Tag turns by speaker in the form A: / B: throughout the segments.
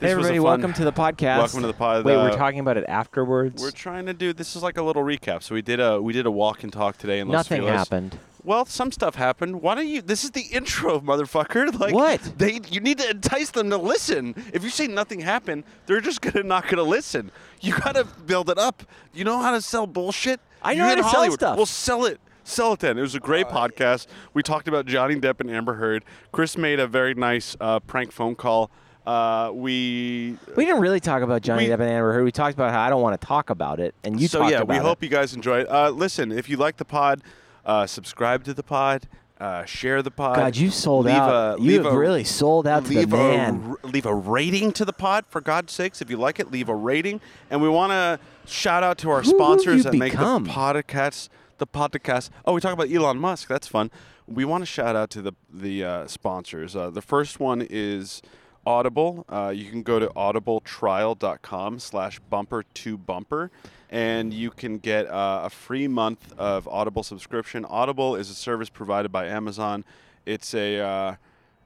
A: Hey
B: This was a
A: everybody,
B: fun-
A: welcome to the podcast.
B: Welcome to the pod.
A: Wait,
B: Uh,
A: we're talking about it afterwards.
B: We're trying to do this is like a little recap. So we did a we did a walk and talk today in Los
A: Nothing
B: Feliz.
A: happened.
B: Well, some stuff happened. Why don't you? This is the intro, motherfucker. Like
A: What?
B: They you need to entice them to listen. If you say nothing happened, they're just gonna not gonna listen. You gotta build it up. You know how to sell bullshit.
A: I
B: You
A: know how
B: in
A: to sell
B: Hollywood.
A: stuff. Oh,
B: Well, sell it. Sell it then. It was a great podcast. We talked about Johnny Depp and Amber Heard. Chris made a very nice uh, prank phone call. Uh, we
A: We didn't really talk about Johnny
B: We-
A: Depp and Amber Heard. We talked about how I don't want to talk about it, and you
B: so
A: talked
B: yeah,
A: about
B: we
A: it.
B: hope you guys enjoy it. Uh, listen, if you like the pod, uh, subscribe to the pod, uh, share the pod.
A: God, you sold
B: leave
A: out.
B: A,
A: you
B: leave
A: have
B: a-
A: really sold out to the
B: leave
A: man.
B: A, r- leave a rating to the pod, for God's sakes. If you like it, leave a rating. And we want to shout out to our
A: Who have you
B: sponsors that make the
A: become?
B: podcast. The podcast. Oh, we talk about Elon Musk. That's fun. We want to shout out to the the uh, sponsors. Uh, the first one is Audible. Uh, you can go to audibletrial.com slash bumper to bumper and you can get uh, a free month of Audible subscription. Audible is a service provided by Amazon. It's a uh,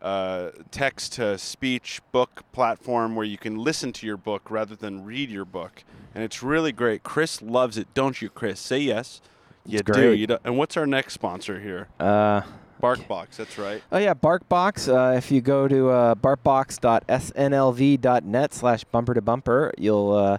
B: uh, text to speech book platform where you can listen to your book rather than read your book. And it's really great. Chris loves it, don't you, Chris? Say yes. You do.
A: great.
B: You do. And what's our next sponsor here?
A: Uh,
B: Barkbox, that's right.
A: Oh yeah, BarkBox. Uh, if you go to uh, barkbox.snlv.net slash bumper to bumper, you'll uh,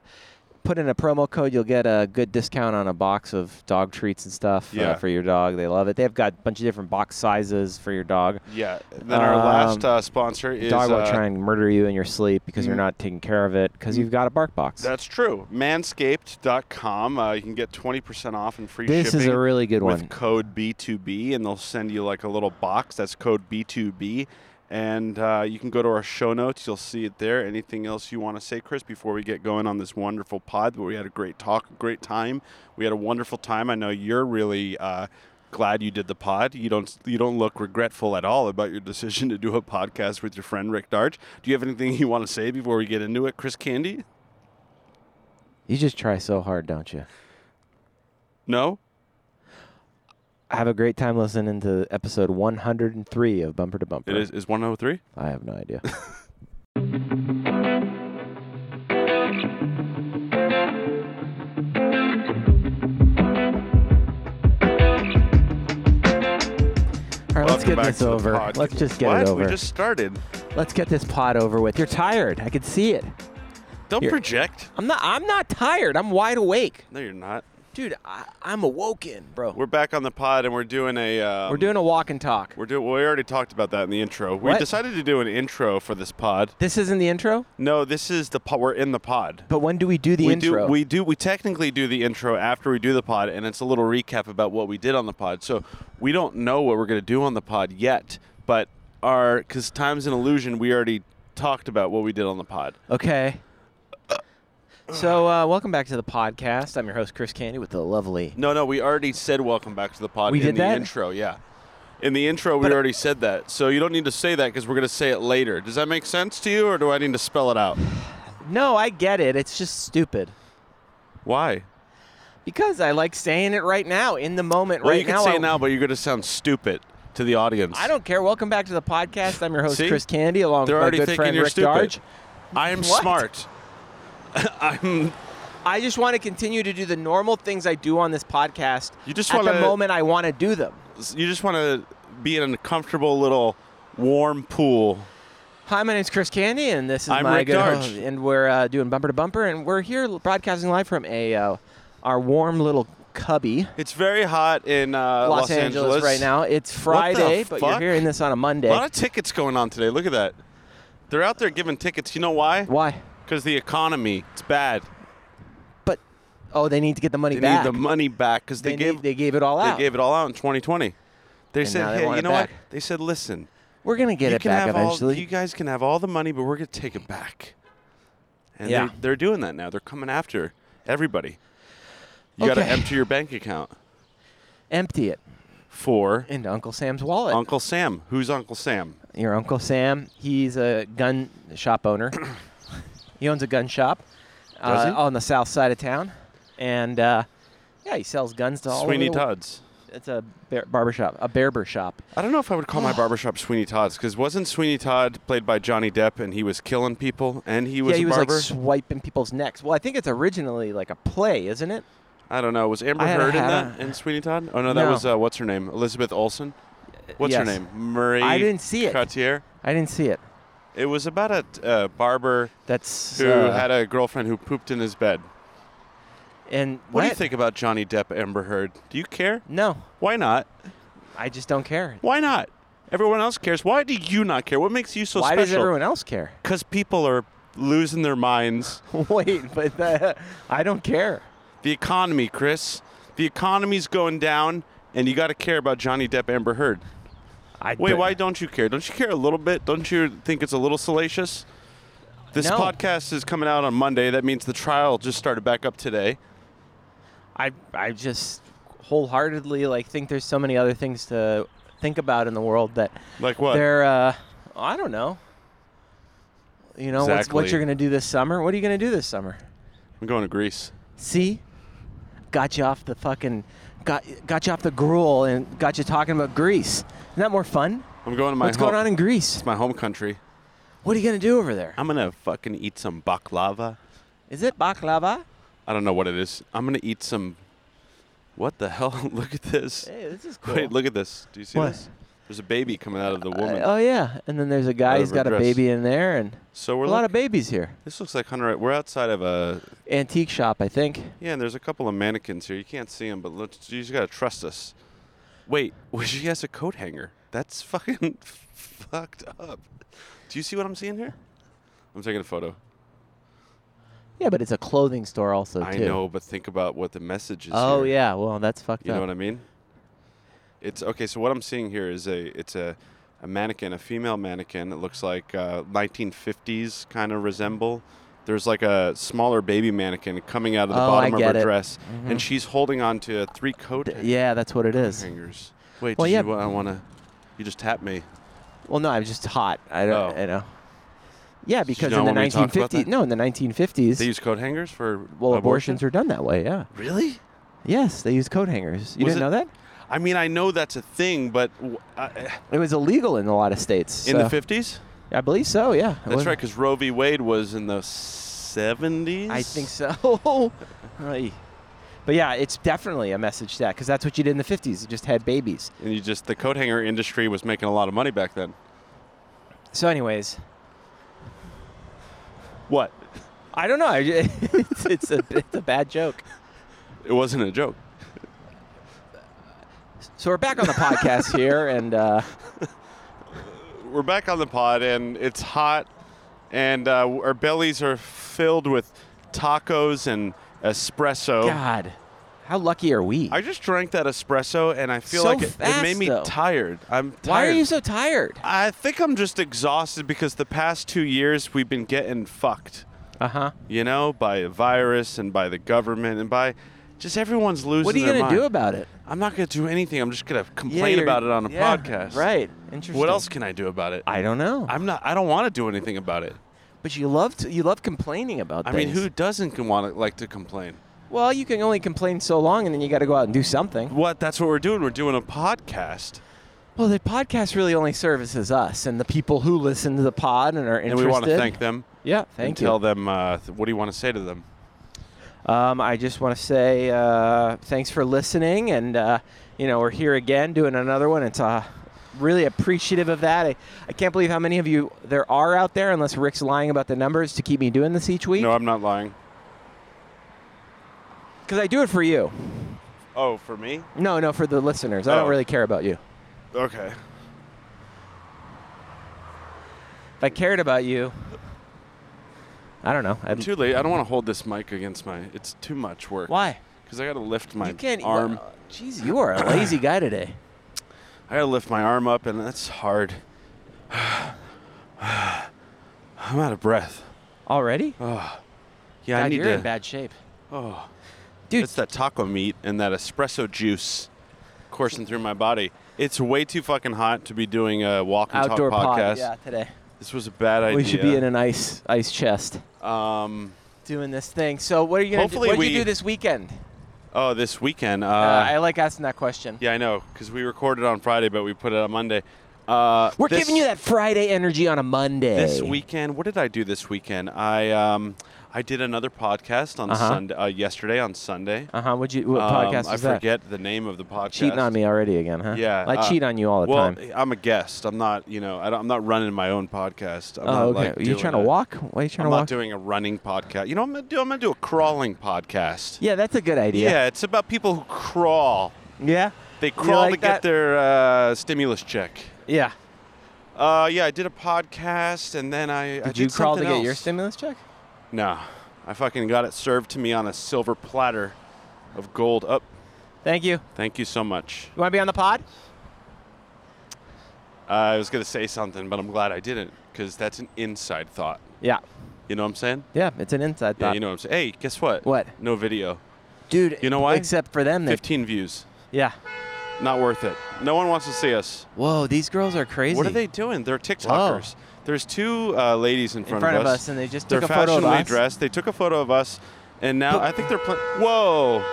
A: put in a promo code. You'll get a good discount on a box of dog treats and stuff uh,
B: Yeah.
A: for your dog. They love it. They've got a bunch of different box sizes for your dog.
B: Yeah. Then our
A: Um,
B: last uh, sponsor
A: Your
B: is.
A: dog will
B: uh, Mm.
A: try and murder you in your sleep because you're not taking care of it because you've got a bark box.
B: That's true. Manscaped.com. Uh, you can get 20% off and free
A: This
B: shipping.
A: is a really good
B: with
A: one.
B: code B2B, and they'll send you like a little box. That's code B2B. And uh, you can go to our show notes. You'll see it there. Anything else you want to say, Chris, before we get going on this wonderful pod where we had a great talk, a great time? We had a wonderful time. I know you're really. Uh, Glad you did the pod. You don't you don't look regretful at all about your decision to do a podcast with your friend Rick Darch. Do you have anything you want to say before we get into it, Chris Candy?
A: You just try so hard, don't you?
B: No.
A: Have a great time listening to episode 103 of Bumper to Bumper.
B: It is oh is 103.
A: I have no idea. All right, let's
B: Welcome
A: get
B: back
A: this
B: to the
A: over.
B: pod.
A: Let's just get
B: what?
A: it over.
B: We just started.
A: Let's get this pod over with. You're tired. I can see it.
B: Don't
A: Here.
B: project.
A: I'm not. I'm not tired. I'm wide awake,
B: No, you're not.
A: dude. I, I'm awoken, bro. We're,
B: We're back on the pod, and we're doing a. Um,
A: doing a walk and talk.
B: We're doing. Well, we already talked about that in the intro. We
A: What?
B: decided to do an intro for this pod.
A: This isn't the intro,
B: No, this is the pod. We're in the pod.
A: but when do we do the
B: we
A: intro?
B: do. We do. We technically do the intro after we do the pod, and it's a little recap about what we did on the pod. So we don't know what we're gonna do on the pod yet, but our because time's an illusion. We already talked about what we did on the pod.
A: Okay. So, uh, welcome back to the podcast. I'm your host, Chris Candy, with the lovely.
B: No, no, we already said welcome back to the pod
A: We
B: in
A: did
B: the
A: that?
B: intro, yeah. In the intro, we already said that. So you don't need to say that because we're going to say it later. Does that make sense to you or do I need to spell it out?
A: No, I get it. It's just stupid.
B: Why?
A: Because I like saying it right now, in the moment,
B: Well,
A: right
B: you can
A: now.
B: say
A: I,
B: it now, but you're going to sound stupid to the audience.
A: I don't care. Welcome back to the podcast. I'm your host,
B: See?
A: Chris Candy, along
B: They're
A: with my
B: already
A: good
B: thinking
A: friend
B: you're
A: Rick
B: stupid.
A: Darge.
B: I am
A: What?
B: smart. I'm.
A: I just want to continue to do the normal things I do on this podcast.
B: You just
A: at the
B: wanna-
A: moment I want to do them.
B: You just want to be in a comfortable little warm pool.
A: Hi, my name's Chris Candy, and this is
B: I'm
A: my
B: Rick
A: good
B: Darge.
A: host, and we're uh, doing bumper to bumper, and we're here broadcasting live from a uh, our warm little cubby.
B: It's very hot in uh,
A: Los,
B: Los
A: Angeles, right now. It's
B: What the
A: Friday, but you're
B: fuck?
A: hearing this on a Monday.
B: A lot of tickets going on today. Look at that. They're out there giving tickets. You know why?
A: Why?
B: Because the economy, it's bad.
A: But oh, they need to get the money
B: They
A: back.
B: need the money back because they,
A: they,
B: gave
A: need- they gave it all
B: they
A: out.
B: gave it all out in 2020. They
A: now
B: said,
A: they
B: hey,
A: want
B: you
A: it
B: know what?
A: back.
B: They said, listen,
A: we're gonna get
B: you
A: it
B: can
A: back
B: have
A: eventually.
B: all you guys can have all the money, but we're gonna take it back. And
A: Yeah.
B: they're, they're doing that now. They're coming after everybody. You got to
A: Okay.
B: empty your bank account
A: Empty it
B: for
A: into Uncle Sam's wallet.
B: Uncle Sam. Who's Uncle Sam?
A: Your Uncle Sam, he's a gun shop owner. he owns a gun shop
B: Does
A: uh,
B: he?
A: on the south side of town, and uh, yeah, he sells guns to all over
B: Sweeney
A: the-
B: Todd's.
A: it's a bar- barbershop, a barber shop.
B: I don't know if I would call my barbershop Sweeney Todd's because wasn't Sweeney Todd played by Johnny Depp and he was killing people and he was
A: yeah, he
B: a
A: was like
B: barber?
A: swiping people's necks. Well, I think it's originally like a play, isn't it?
B: I don't know. Was Amber
A: I had a
B: Heard in
A: hat
B: that
A: on.
B: in Sweeney Todd? Oh no, that
A: No.
B: was uh, what's her name? Elizabeth Olsen. What's her
A: yes.
B: name? Marie.
A: I didn't see it.
B: Cartier.
A: I didn't see it.
B: It was about a uh, barber
A: That's
B: who
A: uh,
B: had a girlfriend who pooped in his bed.
A: and
B: What, do you think about Johnny Depp, Amber Heard? Do you care?
A: No,
B: Why not?
A: I just don't care.
B: Why not? Everyone else cares. Why do you not care? What makes you so
A: Why does
B: special?
A: everyone else care?
B: Because people are losing their minds.
A: Wait, but uh, I don't care.
B: The economy, Chris. The economy's going down, and you got to care about Johnny Depp, Amber Heard.
A: I
B: Wait,
A: don't-
B: why don't you care? Don't you care a little bit? Don't you think it's a little salacious? This
A: No.
B: podcast is coming out on Monday. That means the trial just started back up today.
A: I I just wholeheartedly like think there's so many other things to think about in the world that
B: Like what?
A: they're uh, I don't know. You know what's,
B: Exactly.
A: what you're gonna do this summer? What are you gonna do this summer?
B: I'm going to Greece.
A: See, got you off the fucking got got you off the gruel and got you talking about Greece. Isn't that more fun?
B: I'm going to my
A: What's
B: home,
A: going on in Greece?
B: my home country.
A: What are you gonna do over there?
B: I'm gonna fucking eat some baklava.
A: Is it baklava?
B: I don't know what it is. I'm gonna eat some. What the hell? look at this.
A: Hey, this is cool.
B: Wait, look at this. Do you see
A: What?
B: this? There's a baby coming out of the woman.
A: Uh, oh yeah, and then there's a guy
B: Out
A: who's
B: of her
A: got a
B: dress.
A: baby in there, and
B: so we're
A: a lot
B: look-
A: of babies here.
B: This looks like Hunter. We're outside of a
A: Antique shop, I think.
B: yeah, and there's a couple of mannequins here. You can't see them, but let's, you just gotta trust us. Wait, well, she has a coat hanger. That's fucking fucked up. Do you see what I'm seeing here? I'm taking a photo.
A: Yeah, but it's a clothing store also
B: I
A: too.
B: know, but think about what the message is.
A: Oh
B: here.
A: yeah, well that's fucked
B: You
A: up.
B: know what I mean? It's okay. So what I'm seeing here is a it's a, a mannequin, a female mannequin. It looks like uh, 1950s kind of resemble. There's like a smaller baby mannequin coming out of the
A: Oh, I
B: bottom of
A: get
B: her
A: it.
B: dress,
A: Mhm.
B: and she's holding on to three coat
A: D- yeah, that's what it is.
B: hangers. Wait,
A: Well,
B: did
A: yeah.
B: you, wa- I want to. You just tap me.
A: Well, no, I'm just hot. I don't.
B: Oh.
A: I know. Yeah, because
B: don't
A: in the
B: want me to talk about
A: 1950s,
B: that?
A: no, in the 1950s,
B: They use coat hangers for
A: well,
B: abortion?
A: abortions were done that way. Yeah.
B: really?
A: Yes, they used coat hangers. You
B: Was
A: didn't
B: it-
A: know that?
B: I mean, I know that's a thing, but w I
A: It was illegal in a lot of states.
B: in the
A: so-
B: 50s,
A: I believe so. Yeah. It
B: that's
A: was-
B: right, because Roe v. Wade was in the 70s.
A: I think so. Ay. but yeah, it's definitely a message to that because that's what you did in the 50s. You just had babies.
B: And you just the coat hanger industry was making a lot of money back then.
A: So, anyways,
B: What?
A: I don't know. I ju- it's, it's a it's a bad joke.
B: It wasn't a joke.
A: So we're back on the podcast here, and uh,
B: We're back on the pod and it's hot and uh, our bellies are filled with tacos and espresso.
A: God, how lucky are we?
B: I just drank that espresso and I feel
A: So
B: like it, it made
A: fast,
B: me
A: though.
B: tired. I'm tired.
A: Why are you so tired?
B: I think I'm just exhausted because the past 2 years we've been getting fucked,
A: Uh huh.
B: you know, by a virus and by the government and by just everyone's losing
A: What are you
B: their
A: gonna
B: mind.
A: do about it?
B: I'm not going to do anything. I'm just going to complain
A: you're-
B: about it on a
A: yeah,
B: podcast.
A: Right. Interesting.
B: What else can I do about it?
A: I don't know.
B: I'm not. I don't want to do anything about it.
A: but you love to, you love complaining about.
B: I mean,
A: things.
B: who doesn't want to like to complain?
A: Well, you can only complain so long, and then you got to go out and do something.
B: What? That's what we're doing. We're doing a podcast,
A: Well, the podcast really only services us and the people who listen to the pod and are interested.
B: and we want to thank them.
A: Yeah,
B: and
A: thank
B: Tell
A: you.
B: them uh, th- what do you want to say to them?
A: Um, I just want to say uh, thanks for listening, and uh, you know we're here again doing another one. It's uh, really appreciative of that. I, I can't believe how many of you there are out there, unless Rick's lying about the numbers to keep me doing this each week.
B: No, I'm not lying.
A: Because I do it for you.
B: Oh, for me?
A: No, no, for the listeners.
B: Oh.
A: I don't really care about you.
B: Okay.
A: If I cared about you, I don't know. I'd,
B: Too late. I don't want to hold this mic against my. It's too much work.
A: why?
B: Because I got to lift my
A: You can't. uh,
B: arm.
A: well, Jeez, you are a lazy guy today.
B: I gotta lift my arm up, and that's hard. I'm out of breath.
A: Already?
B: Yeah, I
A: God,
B: Oh, need
A: you're
B: to.
A: in bad shape.
B: Oh,
A: Dude.
B: It's that taco meat and that espresso juice coursing through my body. It's way too fucking hot to be doing a walk and
A: Outdoor
B: talk
A: pod.
B: podcast.
A: Yeah, today.
B: This was a bad idea.
A: We should be in an ice ice chest.
B: Um,
A: doing this thing. So what are you gonna
B: Hopefully
A: do? What did
B: we-
A: you do this weekend?
B: Oh, this weekend. Uh,
A: Uh, I like asking that question.
B: yeah, I know, because we recorded on Friday, but we put it on Monday. Uh,
A: We're
B: this-
A: giving you that Friday energy on a Monday.
B: This weekend, what did I do this weekend? I um, I did another podcast on
A: Uh-huh.
B: Sunday, uh, yesterday on Sunday.
A: Uh huh. What you? What
B: Um,
A: podcast
B: I
A: was that?
B: forget the name of the podcast.
A: Cheating on me already again, huh?
B: Yeah,
A: I
B: uh,
A: cheat on you all the
B: well,
A: time.
B: I'm a guest. I'm not, you know, I don't, I'm not running my own podcast. I'm
A: Oh,
B: not,
A: okay.
B: like,
A: you
B: doing
A: trying to
B: a-
A: walk? Why are you trying
B: I'm
A: to
B: not
A: walk?
B: doing a running podcast. You know, what I'm gonna do. I'm gonna do a crawling podcast.
A: yeah, that's a good
B: Yeah,
A: idea.
B: it's about people who crawl.
A: Yeah.
B: They
A: You
B: crawl
A: like
B: to get
A: that?
B: their uh, stimulus check.
A: Yeah.
B: Uh, yeah, I did a podcast, and then I I
A: Did you crawl to
B: something
A: get your
B: else.
A: stimulus check?
B: No, I fucking got it served to me on a silver platter of gold. Up.
A: Thank you.
B: thank you so much.
A: You want to be on the pod?
B: Uh, I was gonna say something, but I'm glad I didn't, because that's an inside thought.
A: Yeah.
B: You know what I'm saying?
A: Yeah, it's an inside
B: Yeah,
A: thought.
B: you know what I'm saying. Hey, guess what?
A: What?
B: No video.
A: Dude,
B: You know why?
A: Except for them, they
B: 15 views.
A: yeah.
B: Not worth it. No one wants to see us.
A: Whoa, these girls are crazy.
B: What are they doing? They're TikTokers. There's two uh, ladies in
A: in
B: front,
A: front of us. and they just
B: they're
A: took a photo of
B: fashionably
A: us.
B: dressed. They took a photo of us, and now
A: But-
B: I think they're playing. Whoa,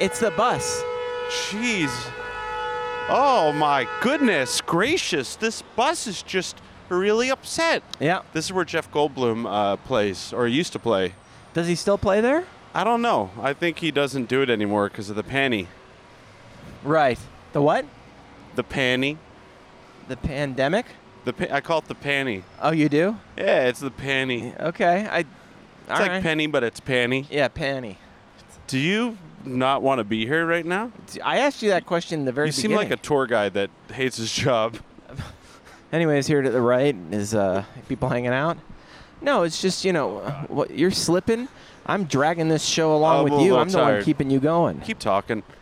A: It's the bus.
B: jeez. Oh my goodness gracious! This bus is just really upset.
A: Yeah.
B: This is where Jeff Goldblum uh, plays, or used to play.
A: Does he still play there?
B: I don't know. I think he doesn't do it anymore because of the panty.
A: Right. The what?
B: The panty.
A: The pandemic?
B: The pa- I call it the panty.
A: Oh, you do?
B: Yeah, it's the panty.
A: Okay. I.
B: It's like penny, but it's panty.
A: yeah, panty.
B: Do you not want to be here right now?
A: I asked you that question in the very
B: You seem like a tour guide that hates his job.
A: Anyways, here to the right is uh, people hanging out. No, it's just you know, uh, what, you're slipping. I'm dragging this show along
B: I'm a
A: with you.
B: little
A: I'm the one
B: tired.
A: keeping you going.
B: Keep talking.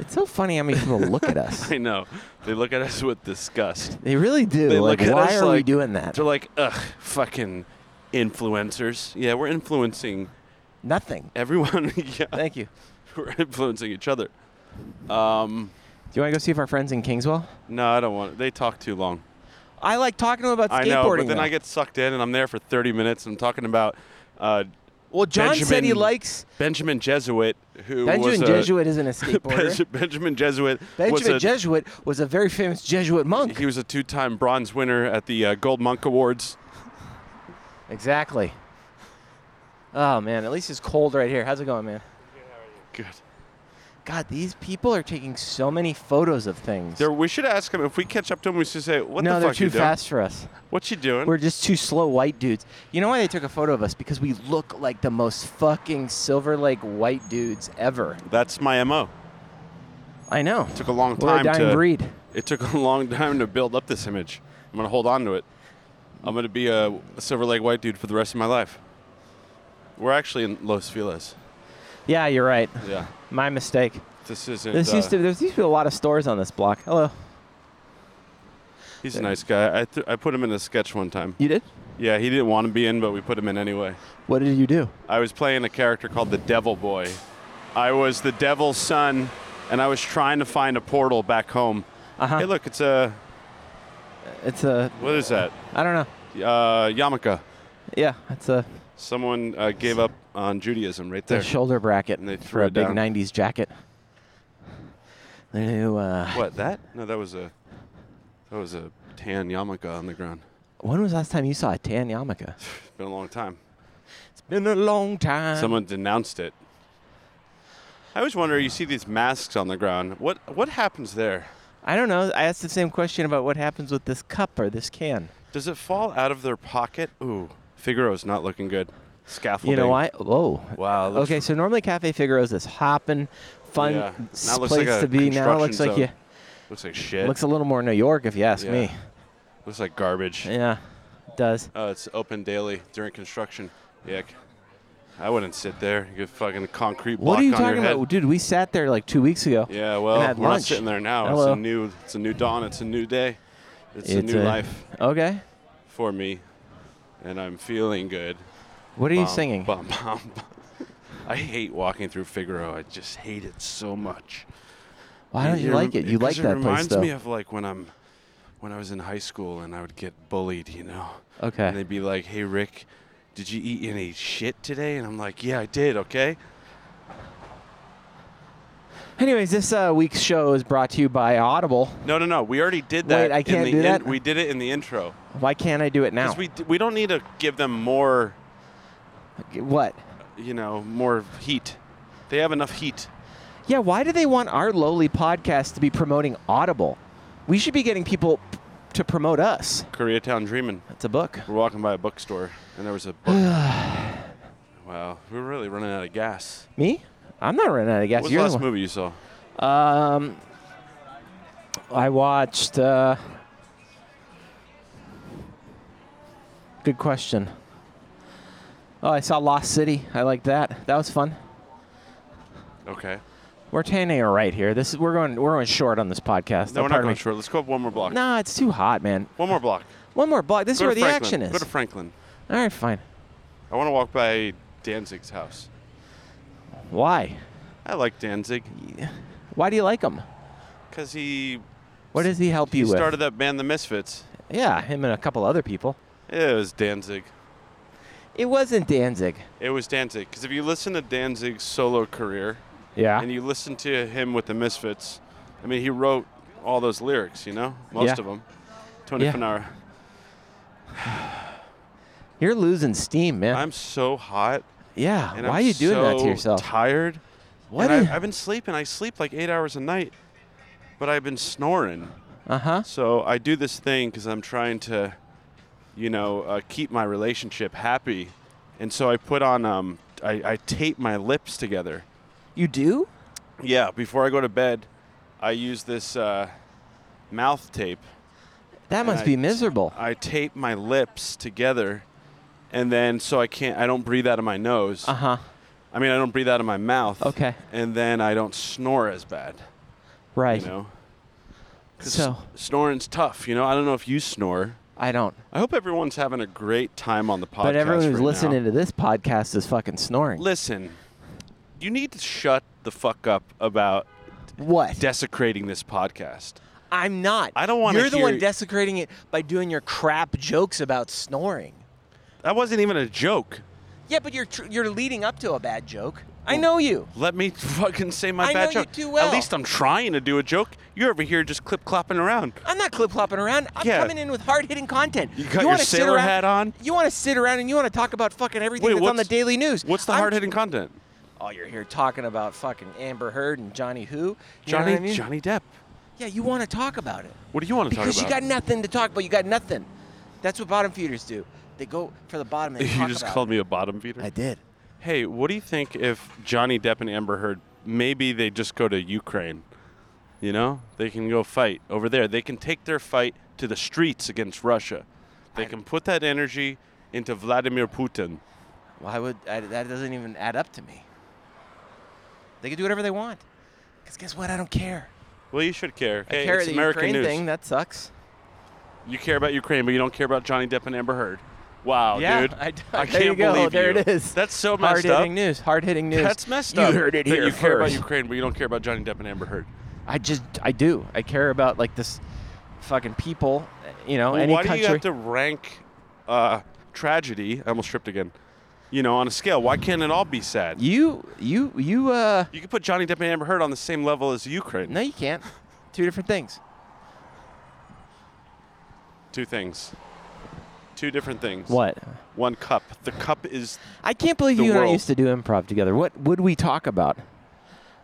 A: It's so funny how many people look at us.
B: I know. They look at us with disgust.
A: They really do.
B: They
A: like,
B: look at
A: why
B: us
A: are we
B: like-
A: doing that?
B: They're like, ugh, fucking influencers. Yeah, we're influencing
A: Nothing.
B: everyone. yeah,
A: Thank you.
B: we're influencing each other. Um,
A: Do you want to go see if our friends in Kingswell?
B: no, I don't want it. They talk too long.
A: I like talking to them about skateboarding.
B: I know, but then
A: though.
B: I get sucked in and I'm there for 30 minutes. And I'm talking about uh,
A: well, John said he
B: Benjamin-
A: likes
B: Benjamin Jesuit, who was
A: Benjamin
B: a,
A: Jesuit isn't a skateboarder.
B: Benja- Benjamin Jesuit. was
A: Benjamin
B: a,
A: Jesuit was a very famous Jesuit monk.
B: He was a two-time bronze winner at the uh, Gold Monk Awards.
A: Exactly. Oh man, at least it's cold right here. How's it going, man?
B: Good.
A: God, these people are taking so many photos of things.
B: There, we should ask him if we catch up to him. We should say, "What
A: no,
B: the
A: they're
B: fuck
A: too
B: you
A: fast for us.
B: doing? What you doing?"
A: We're just two slow white dudes. You know why they took a photo of us? Because we look like the most fucking Silver Lake white dudes ever.
B: That's my mo.
A: I know.
B: Took a long
A: We're a
B: time
A: dying
B: to.
A: breed.
B: It took a long time to build up this image. I'm gonna hold on to it. I'm gonna be a silver leg white dude for the rest of my life. We're actually in Los Feliz.
A: Yeah, you're right.
B: Yeah.
A: My mistake.
B: This isn't.
A: This
B: uh,
A: used to there's used to be a lot of stores on this block. Hello.
B: he's a nice guy. I, th- I put him in a sketch one time.
A: You did?
B: Yeah, he didn't want to be in, but we put him in anyway.
A: What did you do?
B: I was playing a character called the Devil Boy. I was the Devil's son, and I was trying to find a portal back home.
A: Uh-huh.
B: Hey, look, it's a
A: It's a
B: what is that?
A: I don't know.
B: Uh, yarmulke.
A: Yeah, it's a,
B: Someone uh, gave up on Judaism right
A: it's a
B: there.
A: shoulder bracket
B: And they
A: for
B: threw
A: a
B: it
A: big
B: down.
A: '90s jacket. The new uh,
B: What that? No, that was a that was a tan yarmulke on the ground.
A: When was the last time you saw a tan yarmulke?
B: It's been a long time.
A: It's been a long time.
B: Someone denounced it. I always wonder. You see these masks on the ground. What what happens there?
A: I don't know. I asked the same question about what happens with this cup or this can.
B: Does it fall out of their pocket? Ooh, Figaro's not looking good. Scaffolding.
A: You know why? Whoa.
B: Wow. it looks-
A: Okay, so normally Cafe Figaro is this hopping, fun
B: Yeah. Now it
A: s-
B: looks
A: place
B: like a
A: to be. Now it looks
B: construction
A: like you
B: zone. Looks like shit.
A: looks a little more New York if you ask
B: Yeah.
A: me.
B: Looks like garbage.
A: Yeah, it does.
B: Oh, it's open daily during construction. Yuck. I wouldn't sit there. You get fucking concrete block
A: What are you
B: on your
A: talking
B: head.
A: about, dude? We sat there like two weeks ago.
B: Yeah, well,
A: had
B: we're not
A: lunch.
B: sitting there now. It's
A: Hello.
B: a new, it's a new dawn. It's a new day. It's, a new life
A: Okay.
B: for me, and I'm feeling good.
A: What are you
B: Bum,
A: singing?
B: bum, bum, bum. I hate walking through Figaro. I just hate it so much.
A: Why don't you
B: rem-
A: like it? You
B: 'cause
A: like
B: it
A: that place
B: reminds
A: though.
B: me of like when I'm, when I was in high school and I would get bullied. You know.
A: okay.
B: And they'd be like, "Hey, Rick, did you eat any shit today? And I'm like, yeah, I did. Okay.
A: Anyways, this uh, week's show is brought to you by Audible.
B: No, no, no. We already did that.
A: Wait, I
B: in
A: can't
B: the
A: do
B: in-
A: that?
B: we did it in the intro.
A: Why can't I do it now?
B: Because we, d- we don't need to give them more,
A: what?
B: you know, more heat. They have enough heat.
A: Yeah, why do they want our lowly podcast to be promoting Audible? We should be getting people p- to promote us.
B: Koreatown Dreamin'.
A: It's a book.
B: We're walking by a bookstore, and there was a book. wow, we're really running out of gas.
A: Me? I'm not running out of gas.
B: What's the
A: You're
B: last
A: one-
B: movie you saw?
A: Um, I watched. Uh, good question. Oh, I saw Lost City. I like that. That was fun.
B: Okay.
A: We're tanning it right here. This is we're going we're going short on this podcast.
B: No,
A: Oh,
B: we're not
A: pardon
B: going
A: me.
B: short. Let's go up one more block.
A: Nah, it's too hot, man.
B: One more block.
A: One more block. This
B: Go
A: is
B: to
A: where the
B: Franklin.
A: action is.
B: Go to Franklin.
A: All right, fine.
B: I want to walk by Danzig's house.
A: Why?
B: I like Danzig
A: Why do you like him?
B: because he
A: What does he help
B: he
A: you
B: started that band, The Misfits.
A: with? Yeah, him and a couple other people.
B: It was Danzig.
A: It wasn't Danzig.
B: It was Danzig because if you listen to Danzig's solo career
A: Yeah.
B: and you listen to him with the Misfits, I mean, he wrote all those lyrics. You know, most
A: Yeah.
B: of them. Tony
A: Yeah.
B: Fanara.
A: You're losing steam, man.
B: I'm so hot.
A: yeah.
B: And
A: Why
B: I'm
A: are you doing that
B: so
A: to yourself?
B: Tired.
A: What?
B: And I, I've been sleeping. I sleep like eight hours a night, but I've been snoring.
A: Uh huh.
B: So I do this thing because I'm trying to, you know, uh, keep my relationship happy, and so I put on um, I, I tape my lips together.
A: You do?
B: Yeah, before I go to bed, I use this uh, mouth tape.
A: That must
B: I-
A: be miserable.
B: I tape my lips together, and then so I can't. I don't breathe out of my nose.
A: Uh huh.
B: I mean, I don't breathe out of my mouth.
A: Okay.
B: And then I don't snore as bad.
A: Right.
B: You know. 'Cause
A: So-
B: s- snoring's tough. You know, I don't know if you snore.
A: I don't.
B: I hope everyone's having a great time on the podcast.
A: But everyone who's
B: right
A: listening
B: now.
A: to this podcast is fucking snoring.
B: listen. You need to shut the fuck up about
A: what?
B: desecrating this podcast.
A: I'm not.
B: I don't wanna
A: You're the
B: hear-
A: one desecrating it by doing your crap jokes about snoring.
B: That wasn't even a joke.
A: Yeah, but you're tr- you're leading up to a bad joke. I know you.
B: Let me fucking say my
A: I
B: bad
A: know you
B: joke.
A: too well.
B: At least I'm trying to do a joke. You're over here just clip clopping around.
A: I'm not clip clopping around. I'm
B: Yeah.
A: coming in with hard hitting content.
B: You got your
A: wanna sit
B: sailor
A: around-
B: hat on?
A: You want to sit around and you want to talk about fucking everything
B: Wait,
A: that's on the
B: what's-
A: daily news.
B: What's the
A: I'm-
B: hard hitting content?
A: Oh, you're here talking about fucking Amber Heard and Johnny Who. You know
B: Johnny
A: what I mean?
B: Johnny Depp.
A: Yeah, you want to talk about it
B: What do you want to
A: because
B: talk
A: you
B: about?
A: got nothing to talk about. You got nothing. That's what bottom feeders do. They go for the bottom. And they
B: you
A: talk
B: just
A: about
B: called
A: it.
B: me a bottom feeder.
A: I did.
B: Hey, what do you think if Johnny Depp and Amber Heard maybe they just go to Ukraine? You know, they can go fight over there. They can take their fight to the streets against Russia. They can put that energy into Vladimir Putin.
A: Why would I, that doesn't even add up to me? They can do whatever they want. Cause guess what? I don't care.
B: Well, you should care. Hey,
A: I care
B: it's
A: the
B: American
A: Ukraine
B: news.
A: thing. That sucks.
B: You care about Ukraine, but you don't care about Johnny Depp and Amber Heard. Wow,
A: Yeah,
B: Oh, dude.
A: I d-
B: I
A: there you
B: can't
A: go.
B: believe
A: There
B: you.
A: it is.
B: That's so
A: Hard
B: messed up.
A: hitting news. Hard hitting news.
B: That's messed
A: you
B: up.
A: heard it
B: that
A: here
B: You care about
A: first.
B: Ukraine, but you don't care about Johnny Depp and Amber Heard.
A: I just I do. I care about like this fucking people. You know,
B: Well,
A: any
B: why
A: country.
B: do you have to rank uh, tragedy? I almost tripped again. You know, on a scale, why can't it all be sad? You,
A: you you you uh
B: could put Johnny Depp and Amber Heard on the same level as Ukraine.
A: no you can't. Two different things.
B: Two things, two different things.
A: What?
B: One cup. The cup is.
A: I can't believe
B: The
A: you and I
B: world.
A: used to do improv together. What would we talk about?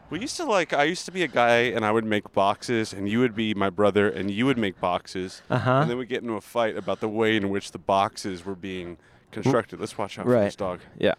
B: We used to like. I used to be a guy, and I would make boxes, and you would be my brother, and you would make boxes,
A: Uh-huh.
B: and then we get into a fight about the way in which the boxes were being constructed. Let's watch out for this dog.
A: Yeah.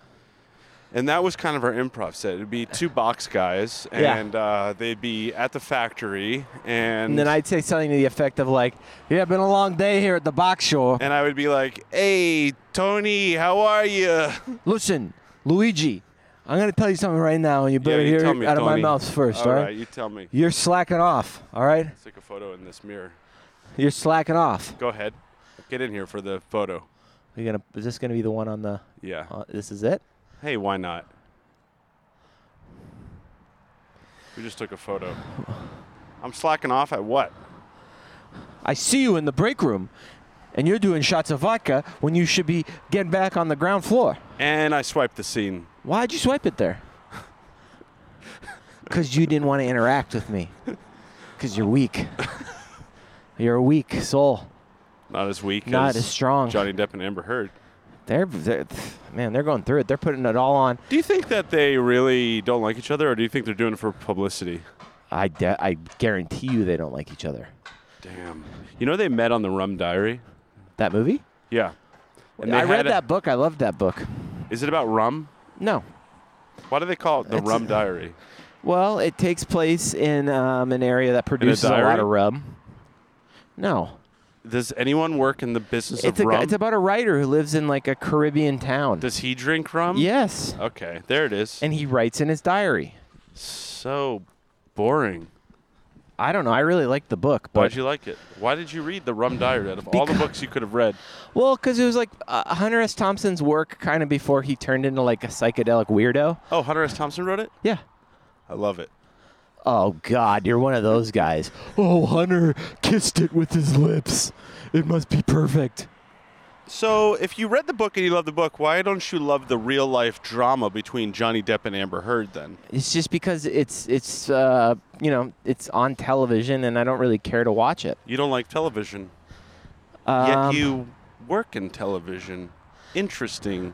B: And that was kind of our improv set. It'd be two box guys,
A: Yeah.
B: and uh, they'd be at the factory, and
A: And then I'd say something to the effect of like, "Yeah, been a long day here at the box show.
B: and I would be like, "Hey, Tony, how are you?"
A: Listen, Luigi, I'm gonna tell you something right now, and you better
B: you
A: hear
B: tell
A: it
B: me,
A: out of my
B: Tony.
A: mouth first,
B: all right, you tell me.
A: You're slacking off, all right?
B: Let's take a photo in this mirror.
A: You're slacking off.
B: Go ahead, get in here for the photo.
A: You're gonna. Is this gonna be the one on the?
B: Yeah.
A: Uh, this is it.
B: Hey, why not? We just took a photo. I'm slacking off at what?
A: I see you in the break room. and you're doing shots of vodka when you should be getting back on the ground floor.
B: And I swiped the scene.
A: Why'd you swipe it there? Because you didn't want to interact with me. Because you're weak. You're a weak soul.
B: Not as weak
A: Not as strong.
B: Johnny Depp and Amber Heard.
A: They're, they're, man, they're going through it. They're putting it all on.
B: Do you think that they really don't like each other, or do you think they're doing it for publicity?
A: I, de- I guarantee you they don't like each other.
B: Damn. You know they met on the Rum Diary.
A: That movie?
B: Yeah. And
A: I
B: they
A: read
B: had a-
A: that book. I loved that book.
B: Is it about rum?
A: No.
B: Why do they call it the
A: It's-
B: Rum Diary?
A: Well, it takes place in um, an area that produces a, lot
B: diary?
A: of rum. No.
B: Does anyone work in the business
A: It's,
B: of
A: a,
B: rum?
A: guy- it's about a writer who lives in like a Caribbean town.
B: Does he drink rum?
A: yes.
B: Okay, there it is.
A: And he writes in his diary.
B: so boring.
A: I don't know. I really liked the book,
B: Why'd
A: but
B: you like it? Why did you read the Rum Diary out of all the books you could have read?
A: well, because it was like uh, Hunter S. Thompson's work, kind of before he turned into like a psychedelic weirdo.
B: Oh, Hunter S. Thompson wrote it.
A: Yeah.
B: I love it.
A: Oh God, you're one of those guys. oh, Hunter kissed it with his lips. It must be perfect.
B: So, if you read the book and you love the book, why don't you love the real life drama between Johnny Depp and Amber Heard then?
A: It's just because it's it's uh, you know it's on television, and I don't really care to watch it.
B: You don't like television,
A: Um,
B: yet you work in television. Interesting.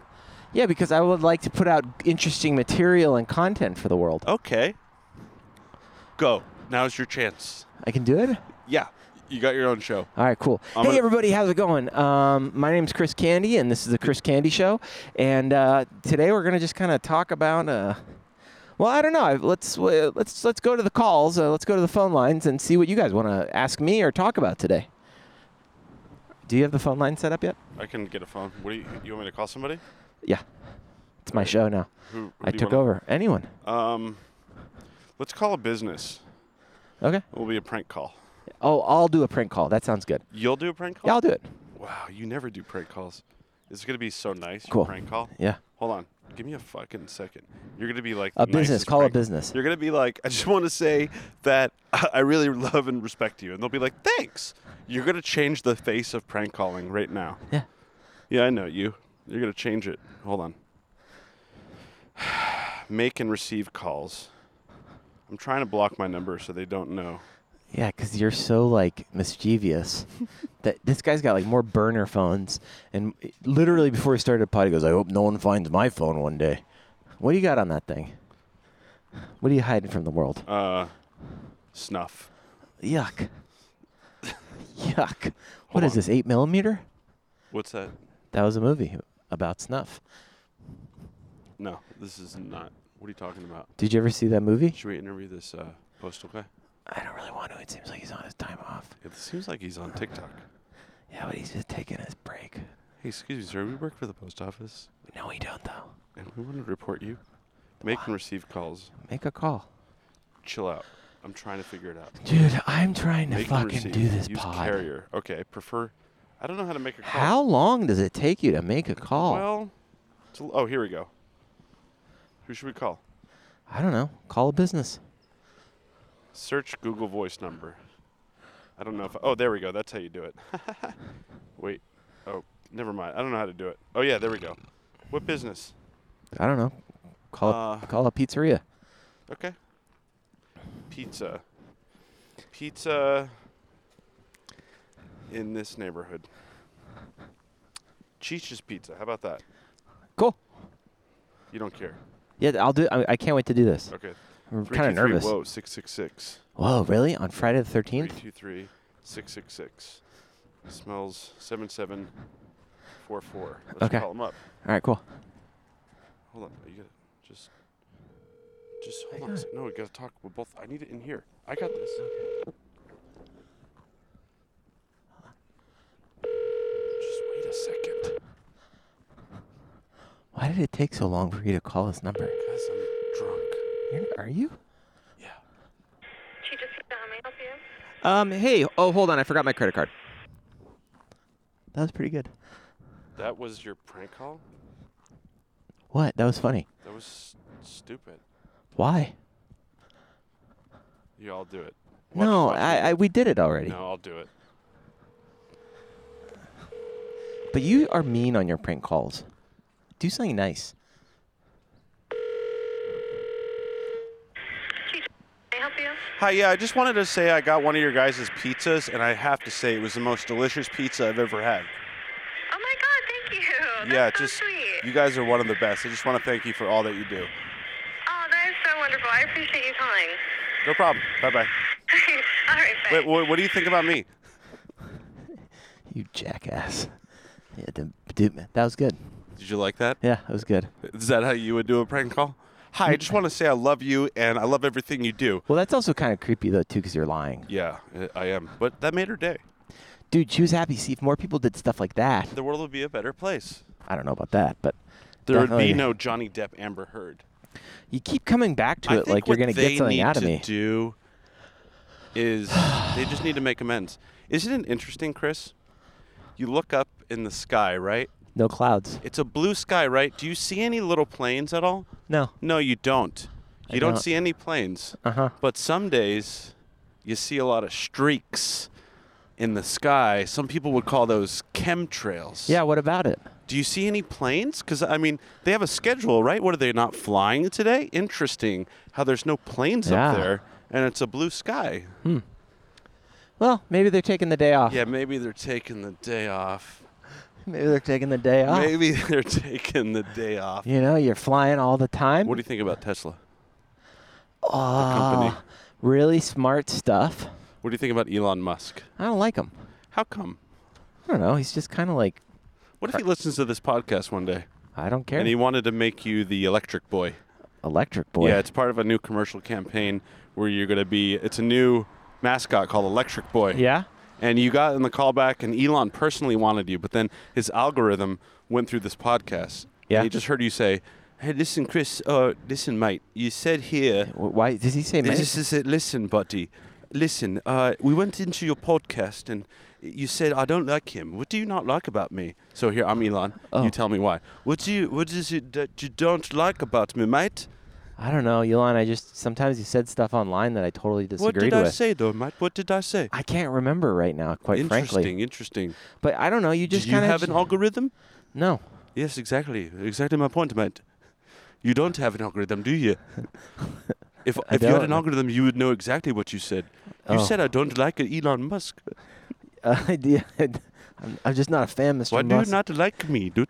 A: Yeah, because I would like to put out interesting material and content for the world.
B: Okay. Go. Now's your chance.
A: I can do it.
B: Yeah. You got your own show.
A: All right, cool.
B: I'm
A: hey,
B: gonna-
A: everybody, how's it going? Um, my name's Chris Candy, and this is the Chris Candy Show. And uh, today we're gonna just kind of talk about. Uh, well, I don't know. I- Let's uh, let's let's go to the calls. Uh, let's go to the phone lines and see what you guys want to ask me or talk about today. Do you have the phone line set up yet?
B: I can get a phone. What do you, you want me to call somebody?
A: Yeah, it's my show now.
B: Who, who
A: I
B: do you
A: took
B: wanna-
A: over. Anyone?
B: Um, let's call a business.
A: Okay.
B: It will be a prank call.
A: Oh, I'll do a prank call. That sounds good.
B: You'll do a prank call?
A: Yeah, I'll do it.
B: Wow, you never do prank calls. It's gonna be so nice. your
A: Cool.
B: Prank call.
A: Yeah.
B: Hold on. Give me a fucking second. You're gonna be like
A: A
B: the
A: business.
B: nicest
A: Call
B: prank-
A: a business.
B: You're gonna be like, I just want to say that I really love and respect you, and they'll be like, thanks. You're gonna change the face of prank calling right now.
A: Yeah.
B: Yeah, I know you. You're gonna change it. Hold on. Make and receive calls. I'm trying to block my number so they don't know.
A: Yeah, because you're so like mischievous that this guy's got like more burner phones. And literally before he started the pod, he goes, "I hope no one finds my phone one day." What do you got on that thing? What are you hiding from the world?
B: Uh, snuff.
A: Yuck. Yuck. What
B: Hold
A: is
B: on.
A: this? Eight millimeter?
B: What's that?
A: That was a movie about snuff.
B: No, this is not. What are you talking about?
A: Did you ever see that movie?
B: Should we interview this uh, postal guy?
A: I don't really want to. It seems like he's on his time off.
B: It seems like he's on TikTok.
A: Yeah, but he's just taking his break.
B: Hey, excuse me, sir. We work for the post office,
A: No, we don't though.
B: and we want to report you. Make and receive calls.
A: Make a call,
B: Chill out. I'm trying to figure it out.
A: dude. I'm trying to
B: Make and
A: fucking
B: receive.
A: do this
B: Use
A: pod.
B: carrier. Okay, prefer. I don't know how to make a call.
A: How long does it take you to make a call?
B: Well, it's a- oh, here we go. Who should we call?
A: I don't know. Call a business.
B: Search Google Voice number. I don't know if. Oh, there we go. That's how you do it. Wait. Oh, never mind. I don't know how to do it. Oh yeah, there we go. What business?
A: I don't know. Call
B: Uh,
A: a, call a pizzeria.
B: Okay. Pizza. Pizza. In this neighborhood. Cheech's Pizza. How about that?
A: Cool.
B: You don't care.
A: Yeah, I'll do. I, I can't wait to do this.
B: Okay.
A: I'm
B: Three,
A: kind of
B: two, three,
A: nervous.
B: Whoa, six six six.
A: Whoa, really? On Friday the
B: Three
A: 13th?
B: two three six six six. Smells seven seven four four. Let's
A: Okay.
B: call him up.
A: All right, cool.
B: Hold on. You gotta just, just hold on. a sec. No, we gotta talk. We both. I need it in here. I got this. Just wait a second,
A: Why did it take so long for you to call this number?
B: guys. I'm drunk.
A: You're, are you?
B: Yeah.
C: She just said, how may I help you?
A: Um. Hey. Oh, hold on. I forgot my credit card. That was pretty good.
B: That was your prank call.
A: What? That was funny.
B: That was s- stupid.
A: Why?
B: You all do it. Watch-
A: no,
B: watch me.
A: I, I we did it already.
B: No, I'll do it.
A: But you are mean on your prank calls. Do something nice.
C: She just- May I help you?
B: Hi, yeah, I just wanted to say I got one of your guys' pizzas, and I have to say it was the most delicious pizza I've ever had.
C: Oh my God, thank you. Oh, That's
B: yeah,
C: so
B: just
C: sweet.
B: you guys are one of the best. I just want to thank you for all that you do.
C: oh, that is so wonderful. I appreciate you calling.
B: No problem. Bye bye.
C: All right, bye.
B: Wait, what, what do you think about me?
A: You jackass. Yeah, the- dude, man, that was good.
B: Did you like that?
A: Yeah, that was good.
B: Is that how you would do a prank call? Hi, I just want to say I love you and I love everything you do.
A: Well, that's also kind of creepy though, too, because you're lying,
B: Yeah, I- I am. But that made her day.
A: dude. She was happy. See, if more people did stuff like that,
B: The world would be a better place.
A: I don't know about that, but
B: There would
A: definitely-
B: be no Johnny Depp Amber Heard.
A: You keep coming back to
B: I
A: it
B: think
A: like you're
B: what
A: gonna
B: they
A: get something
B: need
A: out of
B: to
A: me.
B: Do is they just need to make amends? Isn't it interesting, Chris? You look up in the sky, right?
A: No clouds.
B: It's a blue sky, right? Do you see any little planes at all?
A: No.
B: No, you don't. You don't,
A: don't.
B: see any planes.
A: Uh huh.
B: But some days you see a lot of streaks in the sky. Some people would call those chemtrails.
A: Yeah. What about it?
B: Do you see any planes? Because, I mean, they have a schedule, right? What are they not flying today? Interesting how there's no planes
A: Yeah.
B: up there and it's a blue sky.
A: Well, maybe they're taking the day off.
B: Yeah, maybe they're taking the day off.
A: Maybe they're taking the day off.
B: Maybe they're taking the day off.
A: You know, you're flying all the time.
B: What do you think about Tesla?
A: Ah,
B: company?
A: really smart stuff.
B: What do you think about Elon Musk?
A: I don't like him.
B: How come?
A: I don't know. He's just kind of like
B: What if he listens to this podcast one day
A: I don't care.
B: and he wanted to make you the electric boy?
A: Electric boy.
B: Yeah, it's part of a new commercial campaign where you're going to be, it's a new mascot called Electric Boy.
A: Yeah?
B: And you got in the callback, and Elon personally wanted you, but then his algorithm went through this podcast.
A: Yeah.
B: And he just heard you say, Hey, listen, Chris, uh, listen, mate, you said here,
A: Wh- Why does he say mate?
B: this is it, listen, buddy, listen, uh, we went into your podcast and you said, I don't like him. What do you not like about me? So here, I'm Elon.
A: Oh.
B: You tell me why. What, do you, what is it that you don't like about me, mate?
A: I don't know, Elon. I just sometimes you said stuff online that I totally disagreed
B: What did I
A: with.
B: say, though, mate? What did I say?
A: I can't remember right now, quite
B: interesting,
A: frankly.
B: interesting.
A: But I don't know. You just
B: do you
A: kind of
B: have an algorithm?
A: no.
B: Yes, exactly. Exactly my point, mate. You don't have an algorithm, do you? if
A: I
B: if you had
A: don't.
B: an algorithm, you would know exactly what you said. You
A: Oh.
B: said I don't like Elon Musk.
A: Uh, yeah, I'm, I'm just not a fan, Mr.
B: Why do you
A: Musk.
B: not like me, dude?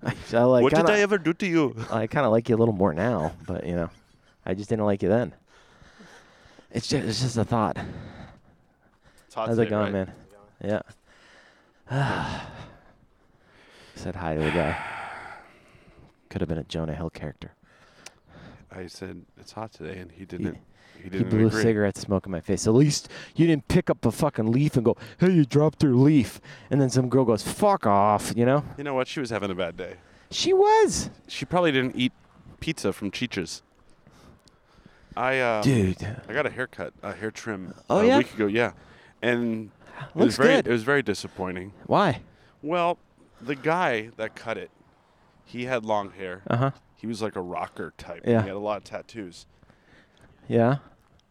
A: I, I like,
B: what
A: kinda,
B: did I ever do to you?
A: I kind of like you a little more now, but you know, I just didn't like you then. It's just, it's just a thought. How's it going, man? Yeah. Said hi to the guy. Could have been a Jonah Hill character.
B: I said it's hot today, and he didn't. He
A: He
B: didn't
A: blew
B: agree.
A: a cigarette smoke in my face. At least you didn't pick up a fucking leaf and go, "Hey, you dropped your leaf," and then some girl goes, "Fuck off," you know.
B: You know what? She was having a bad day.
A: She was,
B: She probably didn't eat pizza from Cheech's. I uh,
A: dude.
B: I got a haircut, a hair trim.
A: Oh,
B: a
A: yeah?
B: week ago, yeah, and it
A: Looks
B: was very
A: good.
B: it was very disappointing.
A: Why?
B: Well, the guy that cut it, he had long hair.
A: Uh huh.
B: He was like a rocker type.
A: Yeah.
B: He had a lot of tattoos.
A: Yeah.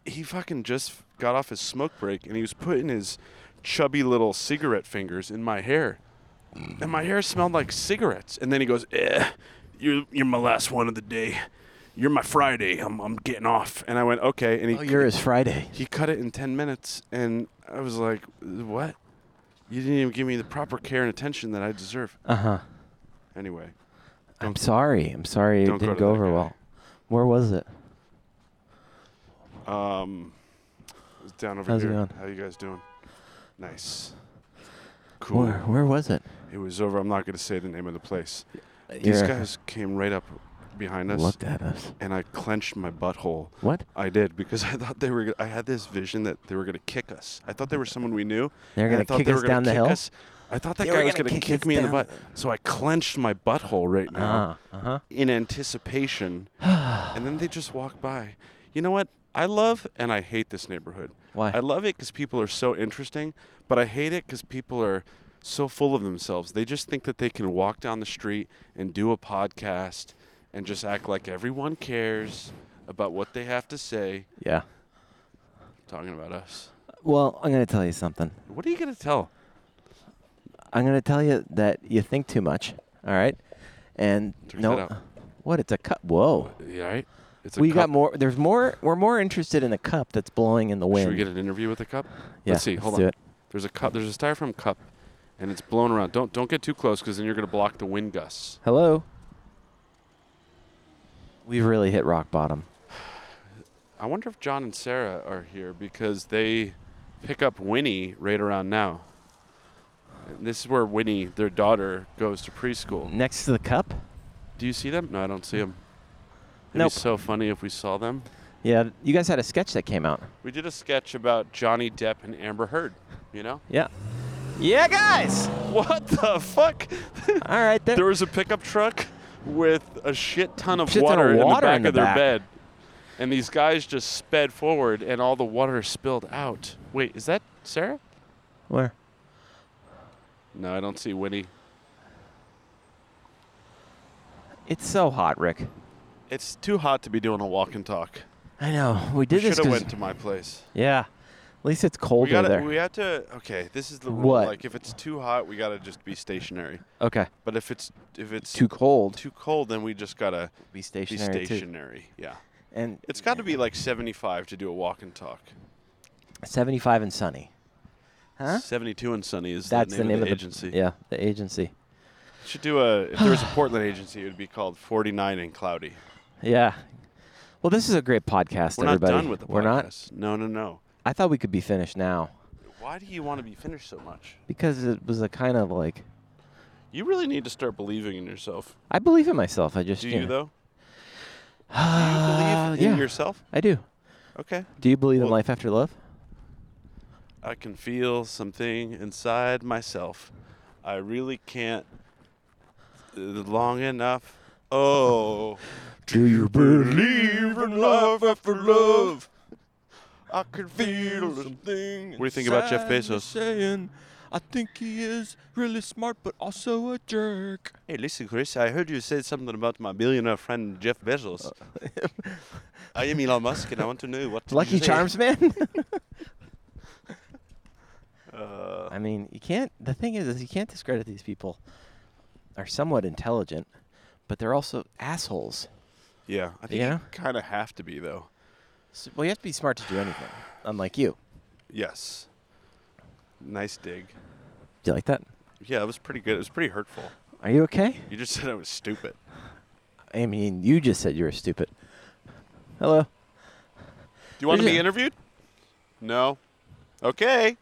B: He fucking just got off his smoke break and he was putting his chubby little cigarette fingers in my hair. And my hair smelled like cigarettes. And then he goes, eh, you're, you're my last one of the day. You're my Friday. I'm, I'm getting off. And I went, okay. And he,
A: Oh, yours is Friday.
B: he cut it in 10 minutes. And I was like, what? You didn't even give me the proper care and attention that I deserve.
A: Uh huh.
B: Anyway.
A: I'm sorry. I'm sorry. It
B: Don't go
A: didn't
B: to
A: go
B: that
A: over
B: guy.
A: well. Where was it?
B: Um, it's down over
A: How's it
B: here.
A: going?
B: How you guys doing? Nice. Cool.
A: Where, where was it?
B: It was over. I'm not going to say the name of the place. These
A: You're-
B: guys came right up behind us,
A: looked at us.
B: and I clenched my butthole.
A: What?
B: I did because I thought they were. g- I had this vision that they were going to kick us. I thought they were someone we knew.
A: They
B: and
A: were
B: I
A: gonna
B: thought
A: kick
B: they
A: us
B: were gonna
A: down the
B: kick
A: hill?
B: us. I thought that
A: They
B: guy
A: were
B: was
A: gonna
B: going to kick
A: kick us
B: me in the
A: down
B: butt. So I clenched my butthole right now
A: Uh huh.
B: in anticipation, and then they just walk by. You know what? I love and I hate this neighborhood.
A: Why?
B: I love it because people are so interesting, but I hate it because people are so full of themselves. They just think that they can walk down the street and do a podcast and just act like everyone cares about what they have to say.
A: Yeah.
B: Talking about us.
A: Well, I'm gonna tell you something.
B: What are you gonna tell?
A: I'm going to tell you that you think too much. All right. And
B: Check
A: no,
B: that out.
A: what? It's a cup. Whoa.
B: Yeah, right. It's a
A: We
B: cup.
A: got more. There's more. We're more interested in the cup that's blowing in the wind.
B: Should we get an interview with a cup?
A: Yeah,
B: let's see.
A: let's
B: Hold
A: do
B: on.
A: it.
B: There's a cup. There's a styrofoam cup, and it's blown around. Don't don't get too close because then you're gonna block the wind gusts.
A: Hello. We've really hit rock bottom.
B: I wonder if John and Sarah are here because they pick up Winnie right around now. And this is where Winnie, their daughter, goes to preschool.
A: Next to the cup.
B: Do you see them? No, I don't see them. It'd
A: Nope.
B: be so funny if we saw them.
A: Yeah, you guys had a sketch that came out.
B: We did a sketch about Johnny Depp and Amber Heard. You know?
A: Yeah. Yeah, guys.
B: What the fuck?
A: All right. There.
B: there was a pickup truck with a shit ton of
A: Shit ton of
B: water,
A: water
B: in the back
A: in the
B: of their
A: back.
B: bed. And these guys just sped forward and all the water spilled out. Wait, is that Sarah?
A: Where?
B: No, I don't see Winnie.
A: It's so hot, Rick.
B: It's too hot to be doing a walk and talk.
A: I know. We did
B: We should
A: this
B: have
A: 'cause-
B: went to my place.
A: yeah. At least it's
B: We
A: colder
B: got to
A: there.
B: we have to okay, this is the rule.
A: What?
B: Like if it's too hot, we got to just be stationary.
A: okay.
B: But if it's if it's
A: Too cold.
B: too cold, then we just got to
A: be
B: be
A: stationary too.
B: stationary. Yeah.
A: And
B: It's got to be like 75 to do a walk and talk.
A: 75 and sunny. Huh?
B: 72 and Sunny is
A: That's
B: the name, of the agency.
A: yeah, the agency.
B: Should do a if there was a Portland agency, it would be called 49 and Cloudy.
A: Yeah. Well, this is a great podcast,
B: We're
A: everybody.
B: not done with the podcast.
A: We're not.
B: No, no, no.
A: I thought we could be finished now
B: Why do you want to be finished so much?
A: because it was a kind of like
B: You really need to start believing in yourself.
A: I believe in myself. I just
B: Do
A: you
B: you
A: know.
B: though?
A: Uh,
B: Believe in
A: yeah,
B: yourself?
A: I do.
B: Okay.
A: Do you believe in
B: Well-
A: life after love?
B: I can feel something inside myself. I really can't uh, long enough. Oh.
A: Do you
B: Believe in love after love. I can feel something. What do you think about Jeff Bezos?
A: Saying, I think he is really smart, but also a jerk.
B: Hey, listen, Chris, I heard you say something about my billionaire friend Jeff Bezos. I am Elon Musk, and I want to know what. did you
A: Uh, Lucky
B: say?
A: Charms, man.
B: Uh,
A: I mean, you can't. The thing is, is you can't discredit these people. Are somewhat intelligent, but they're also assholes.
B: yeah, I think
A: Yeah?
B: you kind of have to be though.
A: So, well, you have to be smart to do anything. Unlike you.
B: Yes. Nice dig.
A: Do you like that?
B: Yeah, it was pretty good. It was pretty hurtful.
A: Are you okay?
B: You just said I was stupid.
A: I mean, you just said you were stupid. Hello.
B: Do you want to
A: There's
B: be
A: a-
B: interviewed? No. Okay.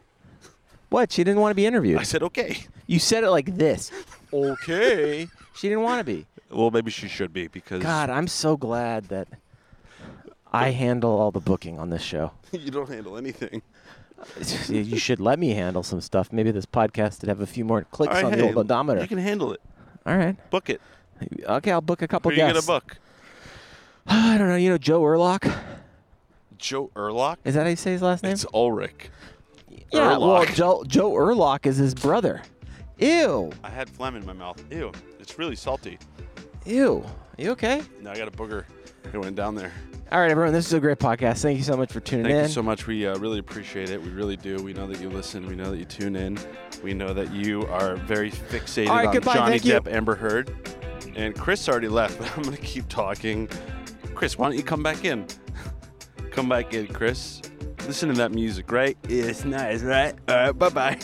A: What? She didn't want to be
B: I
A: interviewed.
B: said okay.
A: You said it like this.
B: Okay.
A: She didn't want to be.
B: well, maybe she should be because
A: God, I'm so glad that I handle all the booking on this show.
B: you don't handle anything.
A: you should let me handle some stuff. Maybe this podcast would have a few more clicks
B: All right,
A: on
B: hey,
A: the old odometer.
B: You can handle it.
A: all right.
B: Book it.
A: Okay, I'll book a couple
B: Who are you
A: guests.
B: gonna book?
A: I don't know. You know Joe Urlock?
B: Joe Erlock.
A: Is that how you say his last name?
B: It's Ulrich.
A: yeah. Well,
B: Urlock.
A: Joe Joe Urlock is his brother. Ew.
B: I had phlegm in my mouth. Ew, it's really salty.
A: Ew. You okay?
B: Now I got a booger. It went down there.
A: All right, everyone. This is a great podcast. Thank you so much for tuning
B: Thank
A: in.
B: you so much. We uh, really appreciate it. We really do. We know that you listen. We know that you tune in. We know that you are very fixated
A: All right,
B: on
A: goodbye.
B: Johnny
A: Thank you.
B: Depp, Amber Heard, and Chris already left. But I'm gonna keep talking. Chris, why don't you come back in? come back in, Chris. Listen to that music, right? It's nice, right? All right, bye bye.